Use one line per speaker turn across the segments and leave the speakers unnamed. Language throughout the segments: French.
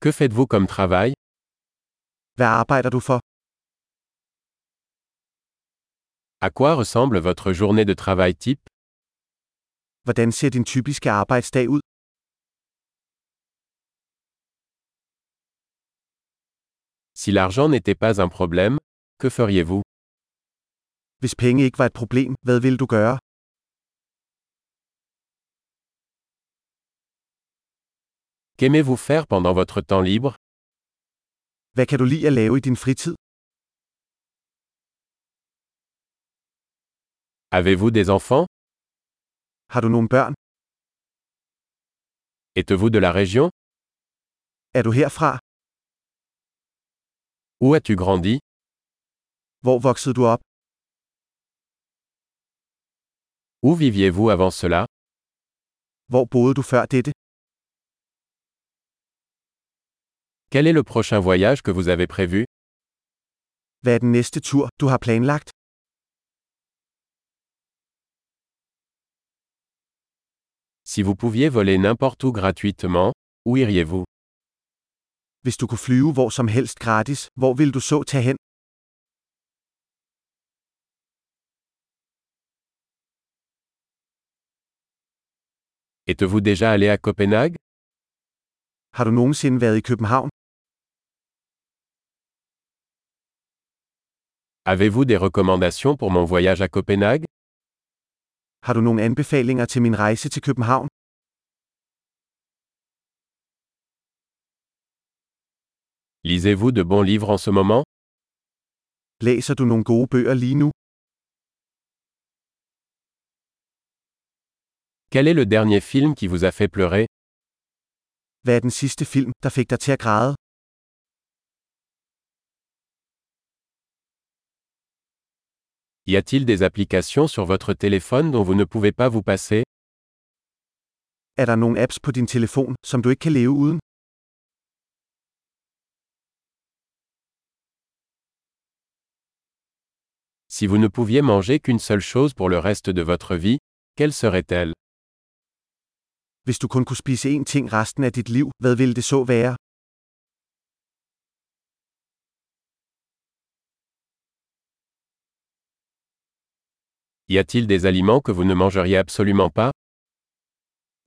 Que faites-vous comme travail
Hvad arbejder du for?
À quoi ressemble votre journée de travail type
Hvordan ser din typiske arbejdsdag ud?
Si l'argent n'était pas un problème, que feriez-vous
Hvis penge ikke var et problem, hvad ville du gøre?
Qu'aimez-vous faire pendant votre temps libre
Hvad kan du lide at lave i din fritid?
Avez-vous des enfants
Har du nogle børn?
Êtes-vous de la région
Er du herfra?
Où as-tu grandi
Hvor voksede du op?
Où viviez-vous avant cela
Hvor boede du før dette?
Quel est le prochain voyage que vous avez prévu
Hvad er den næste tur, du har planlagt?
Si vous pouviez voler n'importe où gratuitement, où iriez-vous
Hvis du kunne flyve hvor som helst gratis, hvor ville du så tage hen?
Êtes-vous déjà allé à Copenhague
Har du nogensinde været i København?
Avez-vous des recommandations pour mon voyage à Copenhague
Har du nogle anbefalinger til min rejse til København?
Lisez-vous de bons livres en ce moment
Læser du nogle gode bøger lige nu?
Quel est le dernier film qui vous a fait pleurer
Hvad er den sidste film, der fik dig til at græde?
Y a-t-il des applications sur votre téléphone dont vous ne pouvez pas vous passer
Er der nogle apps på din telefon, som du ikke kan leve uden?
Si vous ne pouviez manger qu'une seule chose pour le reste de votre vie, quelle serait-elle
Hvis du kun kunne spise én ting resten af dit liv, hvad ville det så være?
Y a-t-il des aliments que vous ne mangeriez absolument pas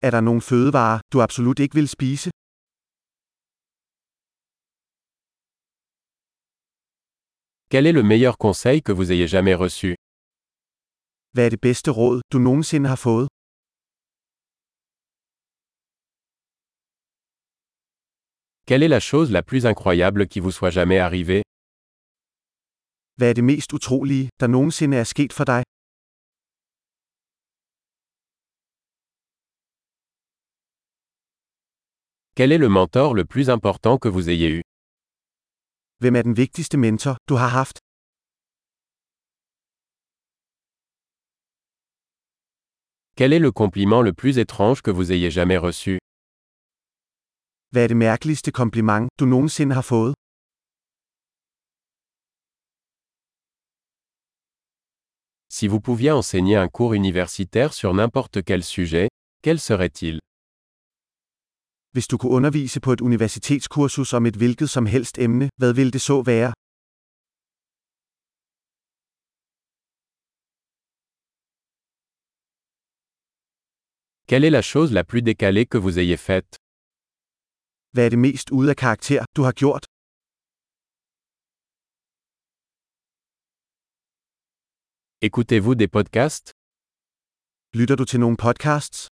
Er der nogle fødevarer, du absolut ikke vil spise?
Quel est le meilleur conseil que vous ayez jamais reçu
Hvad er det bedste råd, du nogensinde har fået?
Quelle est la chose la plus incroyable qui vous soit jamais arrivée
Hvad er det mest utrolige, der nogensinde er sket for dig?
Quel est le mentor le plus important que vous ayez eu
Hvem er den vigtigste mentor, du har haft?
Quel est le compliment le plus étrange que vous ayez jamais reçu
Hvad er det mærkeligste kompliment, du nogensinde har fået?
Si vous pouviez enseigner un cours universitaire sur n'importe quel sujet, quel serait-il
Hvis du kunne undervise på et universitetskursus om et hvilket som helst emne, hvad ville det så være?
Quelle est la chose la plus décalée que vous ayez faite
Hvad er det mest ude af karakter, du har gjort?
Écoutez-vous des podcasts
Lytter du til nogle podcasts?